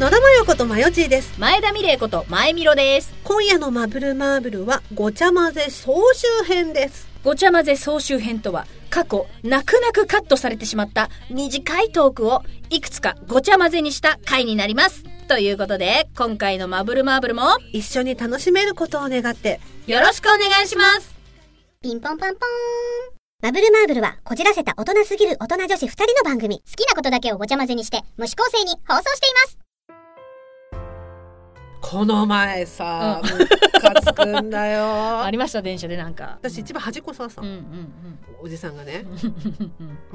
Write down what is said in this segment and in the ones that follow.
野田真代ことまよちーです。前田美玲こと前みろです。今夜のマブルマーブルはごちゃ混ぜ総集編です。ごちゃ混ぜ総集編とは、過去、泣く泣くカットされてしまった短いトークを、いくつかごちゃ混ぜにした回になります。ということで、今回のマブルマーブルも、一緒に楽しめることを願って、よろしくお願いします。ピンポンパンポーン。マブルマーブルは、こじらせた大人すぎる大人女子二人の番組。好きなことだけをごちゃ混ぜにして、無視構成に放送しています。この前さ、むかつくんだ よ。りました、電車でなんか私一番端っこ座ってたうんの、うんおじさんがねう、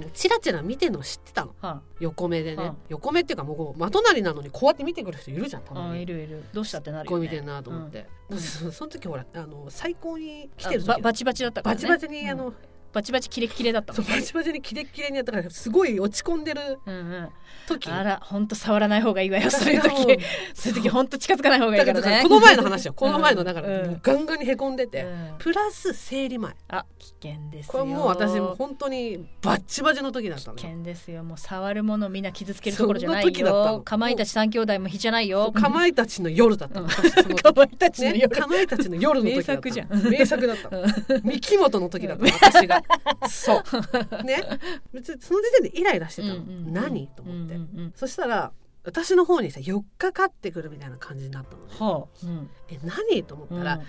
ん。 チラチラ見てんの知ってたの。は横目でね、うん横目っていうかもうこう、まとなりなのにこうやって見てくる人いるじゃん、たまに。るいる。どうしたってなこう見てんなと思って。うんその時ほら、あの、最高に来あてる時ばバチバチだったからバチね。バチに、あうんの、バチバチキレッキレだったそもうんバね。チバチにキレッキレにやったから、すごい落ち込んでるうんうん。時。あら、ほんと触らない方がいいわよ、そういういやも時。そういう時ほんと近づかない方がいいだかからだらから。ねこの前の 話よこの前のだから、うんもうガンガンにへこんでて、うんプラス生理前あ、危険ですよ。これもう私もう本当にバッチバチの時だったの危よ険ですよ。もう触るものみんな傷つけるところじゃないそんな時だったよの。かまいたち三兄弟も非じゃないよ。かまいたちの夜だったの、うん私その時かまいたちの ね、夜。かまいたちの夜の時だったの名作じゃん名作だったの三木本の時だったのう私 がそうね別にその時点でイライラしてたの、うんうんうん何と思って、うんうんうんそしたら私の方にさ4日かってくるみたいな感じになったのねはあ。うんえ何と思ったら、うん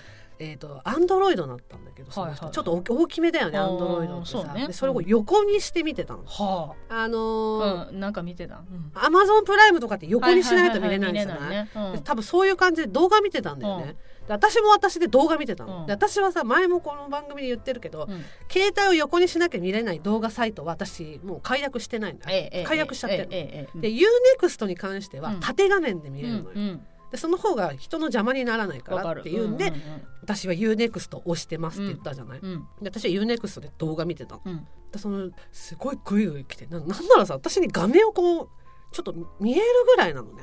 えー、とアンドロイドだったんだけどその人、はいはいちょっと大大きめだよねあアーンドロイドってさそうねでそれを横にして見てたの。はあのあ。うん。なんか見てた。うんアマゾンプライムとかって横にしないと見れないじゃはははは見れないねうんで多分そういう感じで動画見てたんだよね。で私も私で動画見てたの、うんで私はさ前もこの番組で言ってるけど、うん携帯を横にしなきゃ見れない動画サイトは私もう解約してないんだ、ええええ解約しちゃってるの、ええええで UNEXT に関してはうん縦画面で見うれるのよ、んでその方が人の邪魔にならないうん、わかからるっていうんで、うん私は UNEXT を押してますって言ったじゃない、うんうんで私は UNEXT で動画見てたのうんでそのすごいグイグイ来てななんならさ私に画面をこうちょっと見えるぐらいなのね。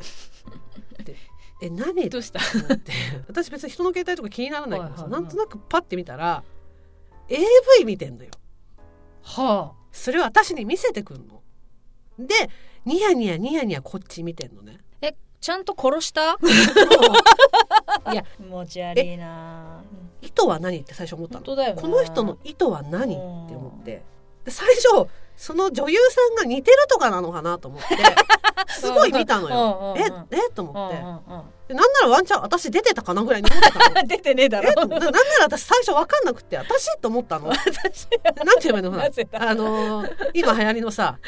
でえ何どうしたと思って私別に人の携帯とか気にならないからさ、はいはいはいなんとなくパッて見たら AV 見てんのよはそれを私に見せてくんの。でニヤニヤニヤニヤこっち見てんのね。あえちゃんと殺 したいや気持ち悪いな意図は何って最初思った本の。当だよねこの人の意図は何って思ってで最初その女優さんが似てるとかなのかなと 思ってすごい見たのよ。よええと思ってえでなんならワンチャン私出てたかなぐらいに思ってたの 出てねえだえろとななんなら私最初わかんなくて私と思ったので私なんて言えばいいのかなぜなだあのー今流行りの さ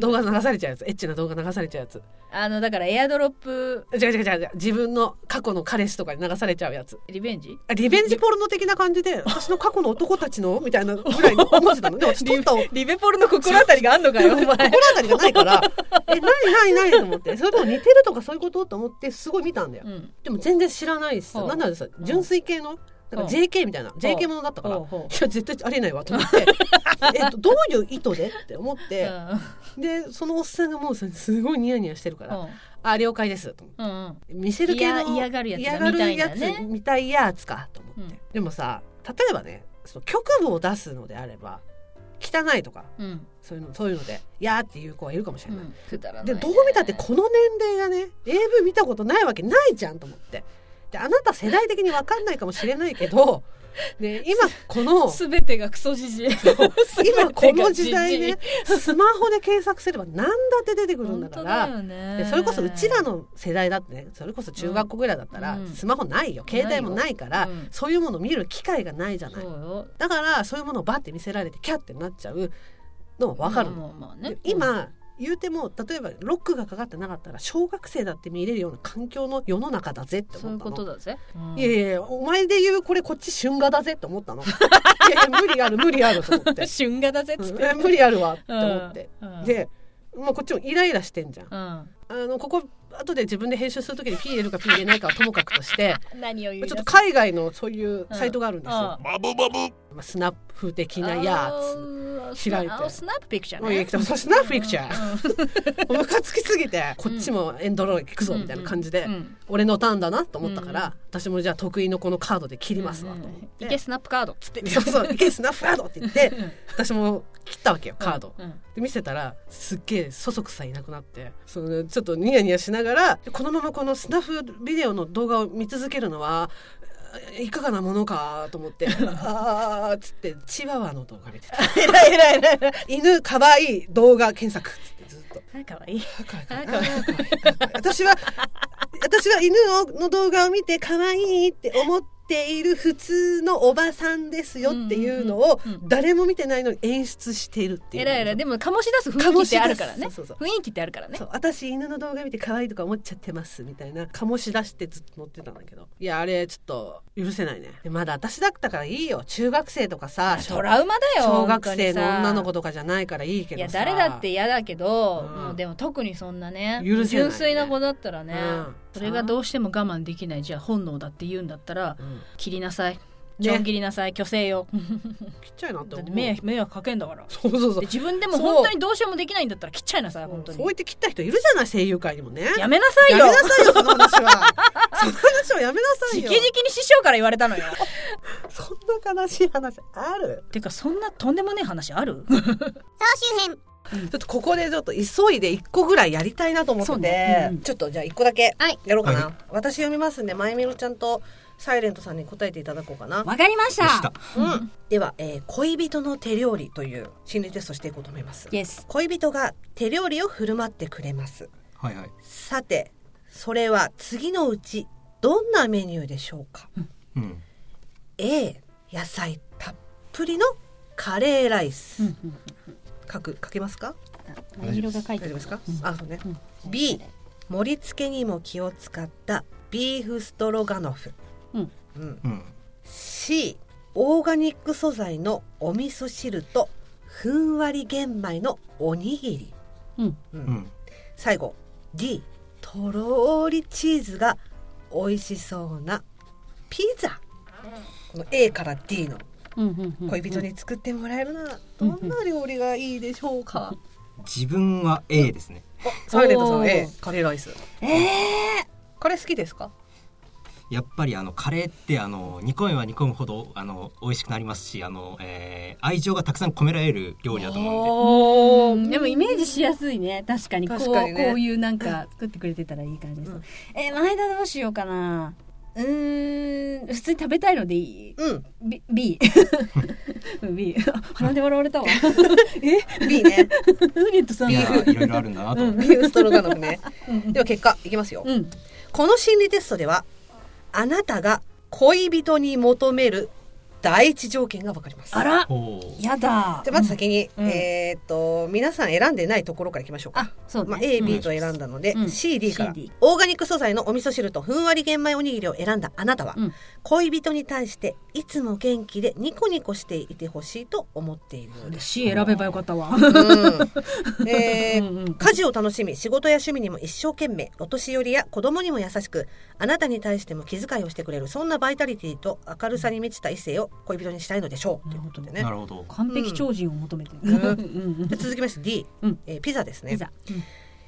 動画流されちゃうやつエッチな動画流されちゃうやつあのだからエアドロップ違う違う違う違う自分の過去の彼氏とかに流されちゃうやつリベンジあリベンジポルノ的な感じで私の過去の男たちのみたいなぐらいに思ってたので私撮った心リベポルの心当たりがあんの かよお前当たりがないからえ何何何と思ってそれとも似てるとかそういうことと思ってすごい見たんだようんでも全然知らないしさうんなんならさ純粋系のなんか JK みたいな JK ものだったからほうほいや絶対ありえないわと思ってえっとどういう意図でって思っううて、んでそのおっさんがもうさすごいニヤニヤしてるから「うあ了解です」と思ってんうん見せる系の嫌嫌がるやつだ嫌がるやつみたいなねみたいやつかと思って、うんでもさ例えばねその局部を出すのであれば汚いとかうんそういうのそういうので「いや」っていう子はいるかもしれうない。んくだらないでねどう見たってこの年齢がね AV 見たことないわけないじゃんと思ってであなた世代的に分かんないかもしれないけ ど、ね、今このすべてがクソじじい。今この時代ねスマホで検索すれば何だって出てくるんだ本か当らだよね。でそれこそうちらの世代だってねそれこそ中学校ぐらいだったら、うんスマホないよないよ携帯もないからうんそういうもの見る機会がないじゃそなういよ。だからそういうものをバッて見せられてキャッてなっちゃうのも分かるの、まあまあまあねで。今言うても例えばロックがかかってなかったら小学生だって見れるような環境の世の中だぜってそう思いうったこのとだぜ。うんいやいやいやお前で言うこれこっち春画だぜって思ったの いやいや無理ある無理あると思 って春画だぜっつっうんて。 え無理あるわって思って、うんで、まあ、こっちもイライラしてんじゃん、うん。あのここ後で自分で編集するときに P 入れるか P 入れないかはともかくとして何を言ちょうっと海外のそういうサイトがあるんですよ、あまあ、スナップ的なやつ開いてあスナップピクチャーもういねいけどそうスナップピクチャームカつきすぎてこっちもエンドロール聞くぞうんみたいな感じで、うんうん俺のターンだなと思ったから、うん私もじゃあ得意のこのカードで切りますわと思っいて、けスナップカードつってそうそう「いけスナップカード!」って言って私も切ったわけよカード。うんうんで見せたらすっげえそそくさいなくなってそのちょっとニヤニヤしながらこのままこのスナフビデオの動画を見続けるのはいかがなものかと思 ってあーっつってチワワの動画見てた 犬かわいい動画検索っつってずっと。あかわいいあかわいいあかわいいあかわいいあかわいい私は私は犬をの動画を見て可愛いって思っている普通のおばさんですよっていうのをうんうんうんうん誰も見てないのに演出しているっていう。えらいえらいでも醸し出す雰囲醸気し出すってあるからねそうそう雰囲気ってあるからねそう私犬の動画見て可愛いとか思っちゃってますみたいな醸し出してずっと乗ってたんだけどいやあれちょっと許せないねでまだ私だったからいいよ中学生とかさトラウマだよ小学生の女の子ととかじゃないからいいけいどやさ誰だって嫌だけど、うんもうでも特にそんなね許せないね純粋な子だったらね、うんそれがどうしても我慢できないじゃあ本能だって言うんだったらうん切りなさいちょん切りなさい虚勢よ切っちゃいなってだっ思うて迷惑迷惑かけんだからそうそうそうで自分でもそう本当にどうしようもできないんだったら切っちゃいなさい本当そう言にって切った人いるじゃない声優界にもねやめなさいやよめなさいよその話はその話はやめなさじいきよじきに師匠から言われたのよ そんな悲しい話あるてかそんなとんでもねえ話ある総集編。ちょっとここでちょっと急いで一個ぐらいやりたいなと思ってそうて、ねうんうんちょっとじゃあ一個だけはいやろうかな、は私読みますんでまゆみろちゃんとサイレントさんに答えていただこうかな、 わかりましでした。うん、では、えー恋人の手料理」という心理テストしていこうと思いますイエス恋人が手料理を振る舞ってくれますはいはい。さてそれは次のうちどんなメニューでしょうかうん。 A 野菜たっぷりのカレーライス、うんうん書く書けますか真色が書い大て丈夫るですか、うんあそうね、うん B 盛り付けにも気を使ったビーフストロガノフ、うんうん、うん。 C オーガニック素材のお味噌汁とふんわり玄米のおにぎり、うんうんうん。最後 D とろーりチーズが美味しそうなピザこの A から D のうんうんうん恋人に作ってもらえるならどんな料理がいいでしょうか、自分は A ですね。サイレントさおんー A カレーライスえカレー好きですかやっぱりあのカレーってあの煮込めば煮込むほどあの美味しくなりますし、あの、えー、愛情がたくさん込められる料理だと思うおんで。ーでもイメージしやすいね確かにこう確かにねこういうなんか作ってくれてたらいい感じです、うんえー前田どうしようかなうーん普通に食べたいのでいいうん B, B うん B 鼻で笑わ れたわ B ねフレットさんいはやいろいろあるんだなと思って。ビーフストロガノフねうんうんでは結果いきますよ、うんこの心理テストではあなたが恋人に求める第一条件がわかりますあらおーやだじゃあまず先に、うんうんえーっと皆さん選んでないところからいきましょうかあそうね、まあ、A、う B んと選んだので、うん C、D から CD オーガニック素材のお味噌汁とふんわり玄米おにぎりを選んだあなたは、うん恋人に対していつも元気でニコニコしていてほしいと思っているようです。 C 選べばよかったわうんえーうんうん家事を楽しみ仕事や趣味にも一生懸命お年寄りや子供にも優しくあなたに対しても気遣いをしてくれるそんなバイタリティと明るさに満ちた異性を恋人にしたいのでしょうということでねな。るほど。完璧超人を求めてる、うんうんうんで続きまして D、うんえーピザですねピザ、うん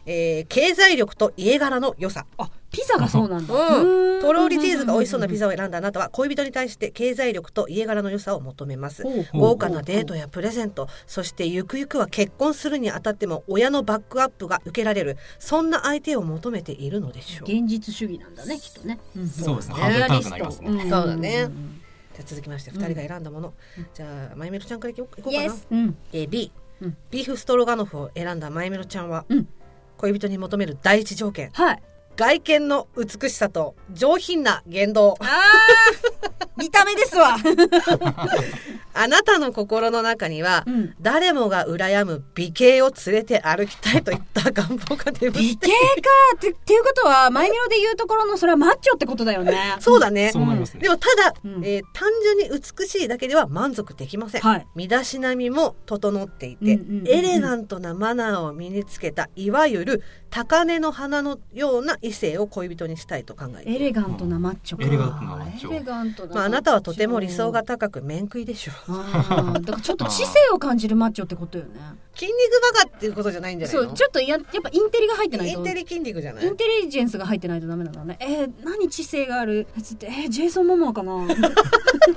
えー経済力と家柄の良さあピザがそうなんだ、うん、んとろーりチーズが美味しそうなピザを選んだあなたは恋人に対して経済力と家柄の良さを求めますほうほう豪華なデートやプレゼントそしてゆくゆくは結婚するにあたっても親のバックアップが受けられるそんな相手を求めているのでしょうじゃ現実主義なんだねきっとね、そうですね。ハハードードリル高くスなりますトね。んそうだねんあ続きましてうん2人が選んだもの、じゃあまゆみろちゃんからいこういこうかイエなス、うん、 A B、うんビーフストロガノフを選んだまゆみろちゃんは、うん恋人に求める第一条件はい外見の美しさと上品な言動あー見た目ですわ、あなたの心の中には、うん、誰もが羨む美形を連れて歩きたいといった願望が出ま美し形かってっていうことは前見ろで言うところのそれはマッチョってことだよね そうだねそうなりますねで。もただ、うんえー単純に美しいだけでは満足できません、はい身だしなみも整っていて、うんうんうんうんエレガントなマナーを身につけたいわゆる高嶺の花のような異性を恋人にしたいと考えていエるレガントなマッチョか、エレガントなマッチョエレガントなマッチョまあ、あなたはとても理想が高く面食いでしょうあーだからちょっと知性を感じるマッチョってことよね。筋肉バカっていうことじゃないんじゃないそうのちょっとややっぱインテリが入ってないイとンテリ筋肉じゃないインテリジェンスが入ってないとダメなんだね。えー、何知性があるやつって、えー、ジェイソン・モモアか なジェイ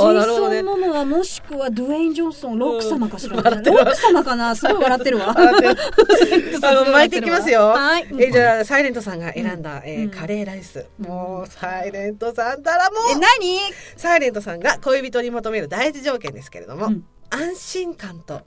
あなるほどソねン・モモアもしくはドゥエイン・ジョンソン、ロック様かしら、うんみたいなロック様かなすごい笑ってるわ。笑ってるあのる巻いていきますよはい。えじゃあサイレントさんが選んだ、えーうんカレーライス、もうサイレントさんたらもえ、う何サイレントさんが恋人に求める大事条件ですけれども、うん安心感と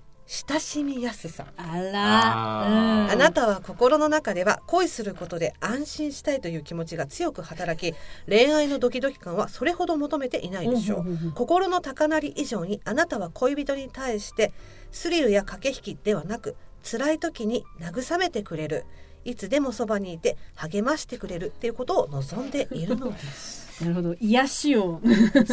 親しみやすさあら、あーあなたは心の中では恋することで安心したいという気持ちが強く働き恋愛のドキドキ感はそれほど求めていないでしょうんうんうんうんう心の高鳴り以上にあなたは恋人に対してスリルや駆け引きではなく辛い時に慰めてくれるいつでもそばにいて励ましてくれるっていうことを望んでいるのですなるほど。癒しを。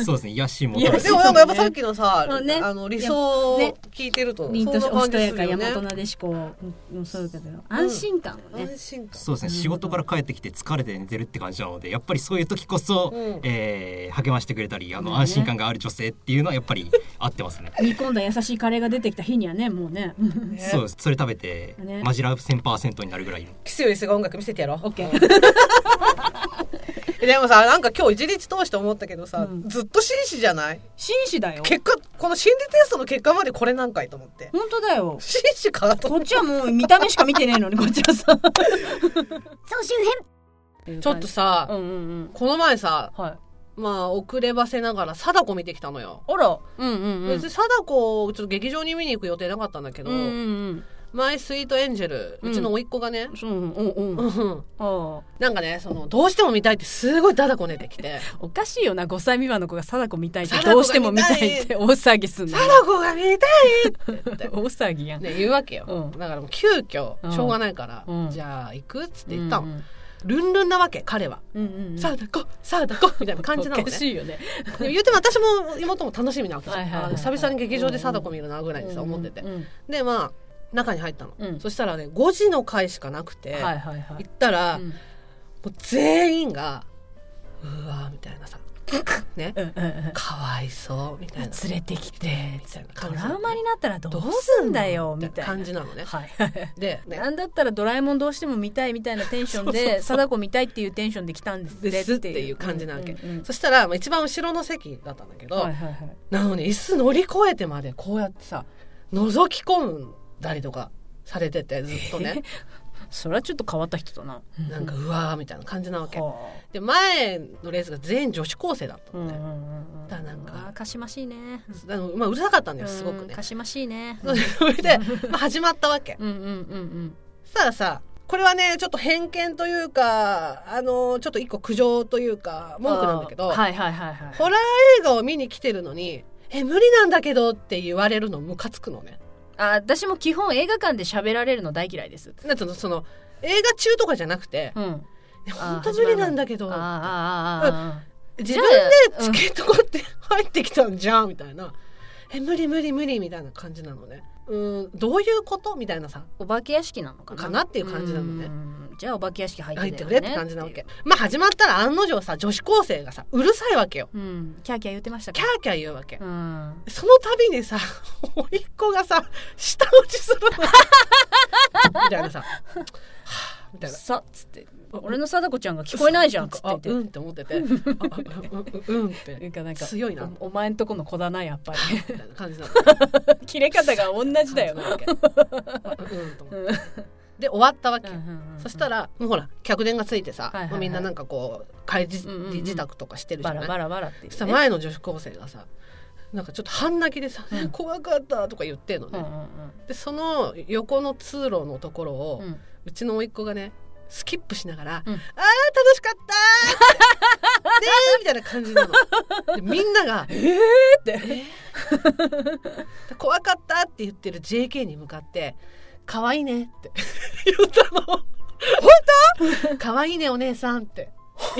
そうですね。癒やしもいやでもなんかやっぱさっきのさ、そうねあの理想を聞いてると、凛としそんなおし感とじやすか、るよ大ね和なでしこ、うんそういうけど、安心感をね。安心感そうですね。仕事から帰ってきて疲れて寝てるって感じなので、やっぱりそういう時こそ、うんえー励ましてくれたり、あまのあね安心感がある女性っていうのはやっぱり合ってますね。煮込んだ優しいカレーが出てきた日にはね、もうね。ねそうです。それ食べて、ねマジラブ1000%になるぐらいの。キスよりすごい音楽見せてやろうオッケー。えでもさなんか今日一日通して思ったけどさ、うんずっと紳士じゃない 紳士だよ。結果この心理テストの結果までこれなんかいと思 って本当だよ。紳士かとこっちはもう見た目しか見てねえのに、こっちはさ。総集編ちちょっと、さ、うんうんうん。この前さはい。まあ遅ればせながら貞子見てきたのよ、あら。うんうんうん。別に貞子をちょっと劇場に見に行く予定なかったんだけど「うんうんマイ・スイート・エンジェル」うんうちの甥っ子がねうん。、そう、うんうんう。ん、あ なんかねそのどうしても見たいってすごい貞子出てきてあおかしいよな、5歳未満の子が貞子見たいって、貞子がどうしても見たいって大騒ぎす「んの。貞子が見たい!」大騒ぎやん。ね言うわけよ、うんだからもう急遽うんしょうがないから、うんじゃあ行くっつって言ったの、うんうんルンルンなわけ彼は、うんうんうんさあだこさあだ こみたいな感じなのおかねしいよね。で言うても私も妹も楽しみなわけじゃん、はいはいはいはいあ久々に劇場で貞子見るなぐらいにさ思ってて、うんうんでまあ中に入ったの、うんそしたらね5時の回しかなくて、うんはいはいはい行。ったら、うもんう全員がうわーみたいなさねうんうんうんかわいそうみたいな連れてきてみたいなト感じラウマになったらどどううすすんんだだよよみみたたいいなな感じなのねはいはいでねなんだったらドラえもんどうしても見たいみたいなテンシ ョンで貞子見たいっていうテンションで来たんですですっていう感じなわけ、うんうんうんそしたらまあ一番後ろの席だったんだけど、はいはいはいなのに椅子乗り越えてまでこうやってさ覗き込んだりとかされててずっと ねそれはちょっと変わった人だななんかうわーみたいな感じなわけはで前のレースが全員女子高生だったあうのんうね、んうんだからなんかあーかしましいねあのまあ、うるさかったんだよすごくうんねかしましいねそれ それで、まあ、始まったわけうんうんうんそしたらさこれはねちょっと偏見というかあのちょっと一個苦情というかうん文句なんだけど、あーはいはいはいはいホラー映画を見に来てるのに「え無理なんだけど」って言われるのムカつくのねあー私も基本映画館で喋られるの大嫌いですなんつうのその映画中とかじゃなくてうん「ね本当無理なんだけどあー」あーあーあーあー自分でチケット買って入ってきたんじゃんみたいな「え無理無理無理」みたいな感じなのねうんどういうことみたいなさお化け屋敷なのかなかなっていう感じなのねうんじゃあお化け屋敷入って入っだてよくねれって感じなわけまあ始まったら案の定さ女子高生がさうるさいわけようんキャーキャー言ってましたかキャーキャー言うわけ、うんその度にさ 甥っ子がさ舌打ちす るのみたいなさ「はあみたいなさっつって俺の貞子ちゃんが聞こえないじゃんっつあってう言っんって思ってて「あうんうんうん」ってていうかなんか強いなおお前んとこの子だなやっぱみたいな感じなのり切れ方が同じだよ感じなわけうんうんと思って で終わったわけ、そしたららもうほら客電がついてさ、はいはいはいまあみんななんかこう帰りうんうんうん自宅とかしてるじバゃない、ラバラバラっていうねそしたら前の女子高生がさなんかちょっと半泣きでさ「うん怖かった」とか言ってんのうね、んうんでその横の通路のところを、ううんちの甥っ子がねスキップしながら「うんあー楽しかった ー」ねーみたいな感じなのでみんな が「えー!」って「 怖かった」って言ってる JK に向かって「可愛いね」って 言ったの本当 可愛いねお姉さんって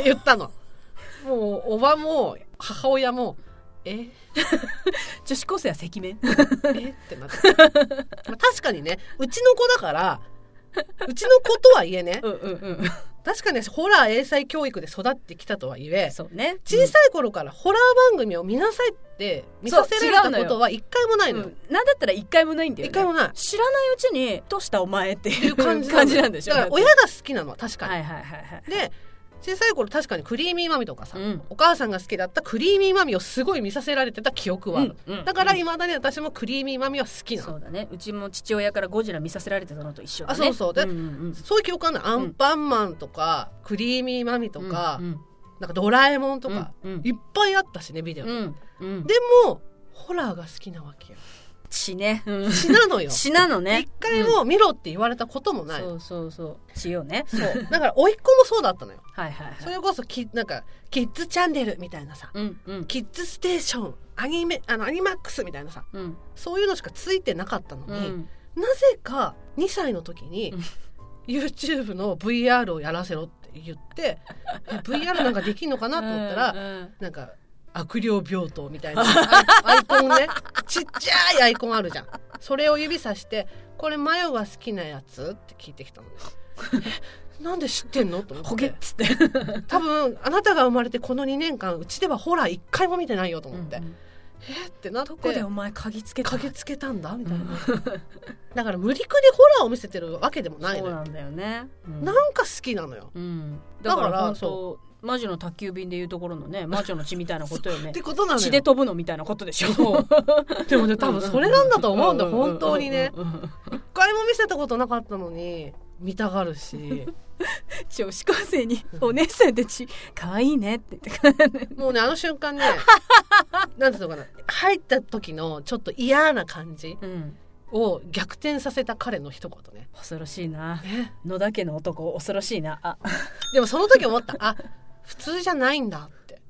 言ったのもうおばも母親も「えー女子高生は赤面えってなってまあ確かにねうちの子だからうちの子とはいえねうんうんうん確かねホラー英才教育で育ってきたとはいえそうね小さい頃からホラー番組を見なさいって見させられたことは一回もないのよ。うんなんだったら一回もないんだよ、一ね、回もない。っ知らないうちに「どうしたお前」ってていいうう感 感じじなのなんでしょだから親が好きなのは確かに。はいはいはいはいで小さい頃確かにクリーミーマミとかさ、うんお母さんが好きだったクリーミーマミをすごい見させられてた記憶はある。うんうんだからいまだに私もクリーミーマミは好きなの。そうだねうちも父親からゴジラ見させられてたのと一緒だねあそうそうでんんそういう記憶あるのアンパンマンとか、クリーミーマミとか、うんうんなんかドラえもんとか、うんいっぱいあったしねビデオ、うんうんでもホラーが好きなわけよ血ねうん血な のよ血なのね一回も見ろって言われたこともうんない、そうそうそう血よねそうだから甥っ子もそうだったのよはいはいはいそれこそきなんかキッズチャンネルみたいなさ、うんうんキッズステーションアニメあのアニマックスみたいなさうんそういうのしかついてなかったのうに、んなぜか2歳の時にうん YouTube の VR をやらせろって言ってえ VR なんかできんのかなと思ったら、うんなんか悪霊病棟みたい なアイコンねちっちゃいアイコンあるじゃんそれを指さして「これマヨが好きなやつ?」って聞いてきたのね えなんで知ってんのと思ほっげてっつって多分あなたが生まれてこの2年間うちではホラー1回も見てないよと思って、うんえってなってどこでお前鍵つけた嗅のぎつけたんだみたいな、うだから無理くりホラーを見せてるわけでもないそのうよなんだよねうんなんか好きなのようんだからだから本そ当魔女の宅急便でいうところのね魔女の血みたいなことよねってことなの血でよ飛ぶのみたいなことでしょそうでもね多分それなんだと思うんだうううう本当にねうんうんうん一回も見せたことなかったのに見たがるし女子高生に「お姉さんたち可愛いね」って言ってもうねあの瞬間 ねなんていうのかな入った時のちょっと嫌な感じうんを逆転させた彼の一言ね恐ろしいなね野田家の男恐ろしいなあでもその時思ったあ普通じゃないんだって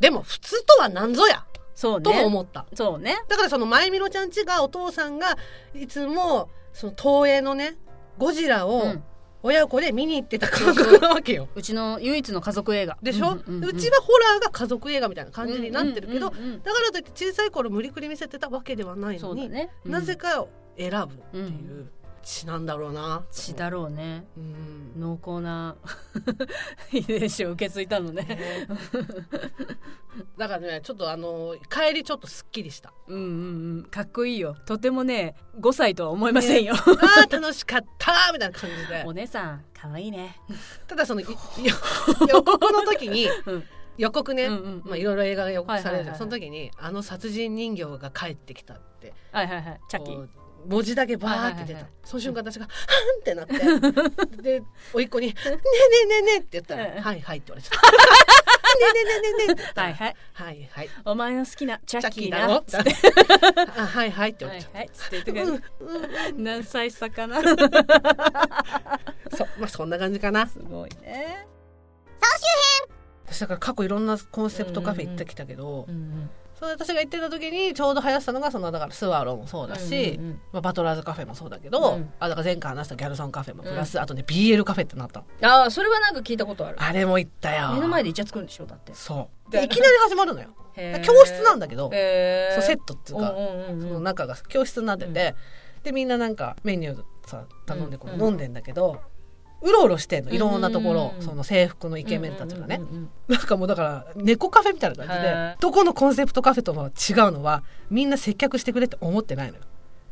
でも普通とは何ぞやそうともね思った、そうねだからその前みろちゃんちがお父さんがいつもその東映のねゴジラうをん親子で見に行ってた感覚なわけよ。うちの唯一の家族映画でしょ、んんんうちはホラーが家族映画みたいな感じになってるけど、うんうんうんうんだからといって小さい頃無理くり見せてたわけではないそのうだに、ねなぜかか選ぶっていう血なんだろうなと血だろうねうん濃厚な 遺伝子を受け継いだのねねだからねちょっとあの帰りちょっとすっきり したうんうんうんかっこいいよとてもね5歳とは思いませんよ、あー楽しかったみたいな感じでお姉さん可愛いねただそ のい予告の時にうん予告ね、うんうんまあ、いろいろ映画が予告されるじゃん、はいはいはいはいその時にあの殺人人形が帰ってきたってはいはいはいチャッキこーう文字だけバーって出た、はいはいはいその瞬間私が「はん!」ってなってで甥っ子 に「ねえねえねえねえ」って言ったらう「んはいはい」って言われち ゃった「ねえねえねえねえねえ」って言ったらはいはいはいはいお前の好きなチャジッャッキキーーだなろ」ってあはいはい」って言われはいちゃっはいつって言ってた、くるうんうん何歳差かなそうまあそんな感じかなすごいね私だから過去いろんなコンセプトカフェ行ってきたけど、うんそう私が行ってた時にちょうど流行ってたのがそのだからスワローもそうだし、うんうんうんまあ、バトラーズカフェもそうだけど、うんあだから前回話したギャルソンカフェもプラス、あとね BL カフェってなったのああそれはなんか聞いたことあるあれも行ったよ目の前でイチャつくんでしょだってそうででいきなり始まるのよ教室なんだけど、へそうセットトっていうか、その中が教室になってて、でみんななんかメニューさ頼んでこうんう飲んでんだけど、うろうろしてんのいろんなところ、うんその制服のイケメンたちがね、なんかもうだから猫カフェみたいな感じへでーどこのコンセプトカフェとは違うのはみんな接客してくれって思ってないのよ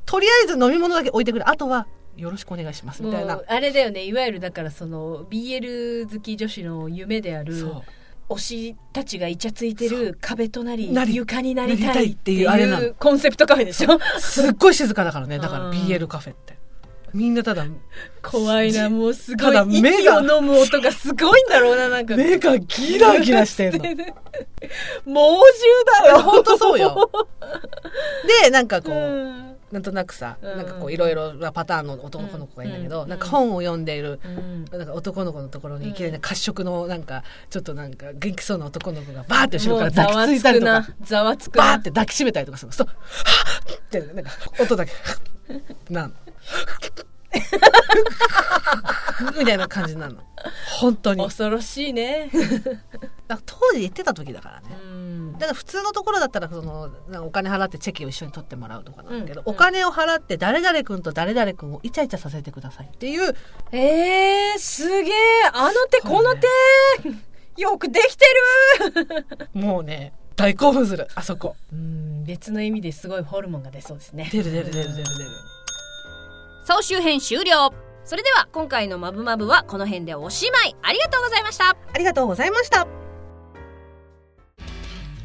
とりあえず飲み物だけ置いてくれあとはよろしくお願いしますみたいなもうあれだよねいわゆるだからその BL 好き女子の夢であるそ推したちがイチャついてる壁となりなり床になりたなりたいいっってていいうあれなのうコンセプトカフェでしょうすっごい静かだからねだかうらん BL カフェってみんな ただ怖いなもうすごただい目が息を飲む音がすごいんだろうななんか目がギラギラしてんの猛獣だよ本当そう よでなんかこう、うんなんとなくさ、うんなんかこういろいろなパターンの男の子がいるんだけど、うんなんか本を読んでいるうんなんか男の子のところにいきなりね褐色のなんかちょっとなんか元気そうな男の子がバーって後ろから抱きついたりとかもうざわつくなざわつくなバーって抱きしめたりとかするのそうはっってなんか音だけはっなん みたいな感じなの本当にだか恐ろしいねら当時行ってた時だからねうんだだから普通のところだったらそのなんかお金払ってチェキを一緒に取ってもらうとかなんだけど、うんお金を払って誰々君と誰々君をイチャイチャさせてくださいっていうえー、すげえあの手この手よくできてるもうね大興奮するあそこうん別の意味ですごいホルモンが出そうですね出る出る出る出る出る総集編終了それでは今回の「マブマブ」はこの辺でおしまいありがとうございましたありがとうございました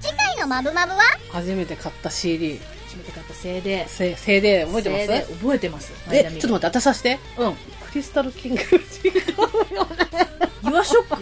次回のマブマブは初めて買った CD 初めて買ったせいでせせいで覚えてます覚えてますえちょっと待って私さしてうんクリスタルキングユアショック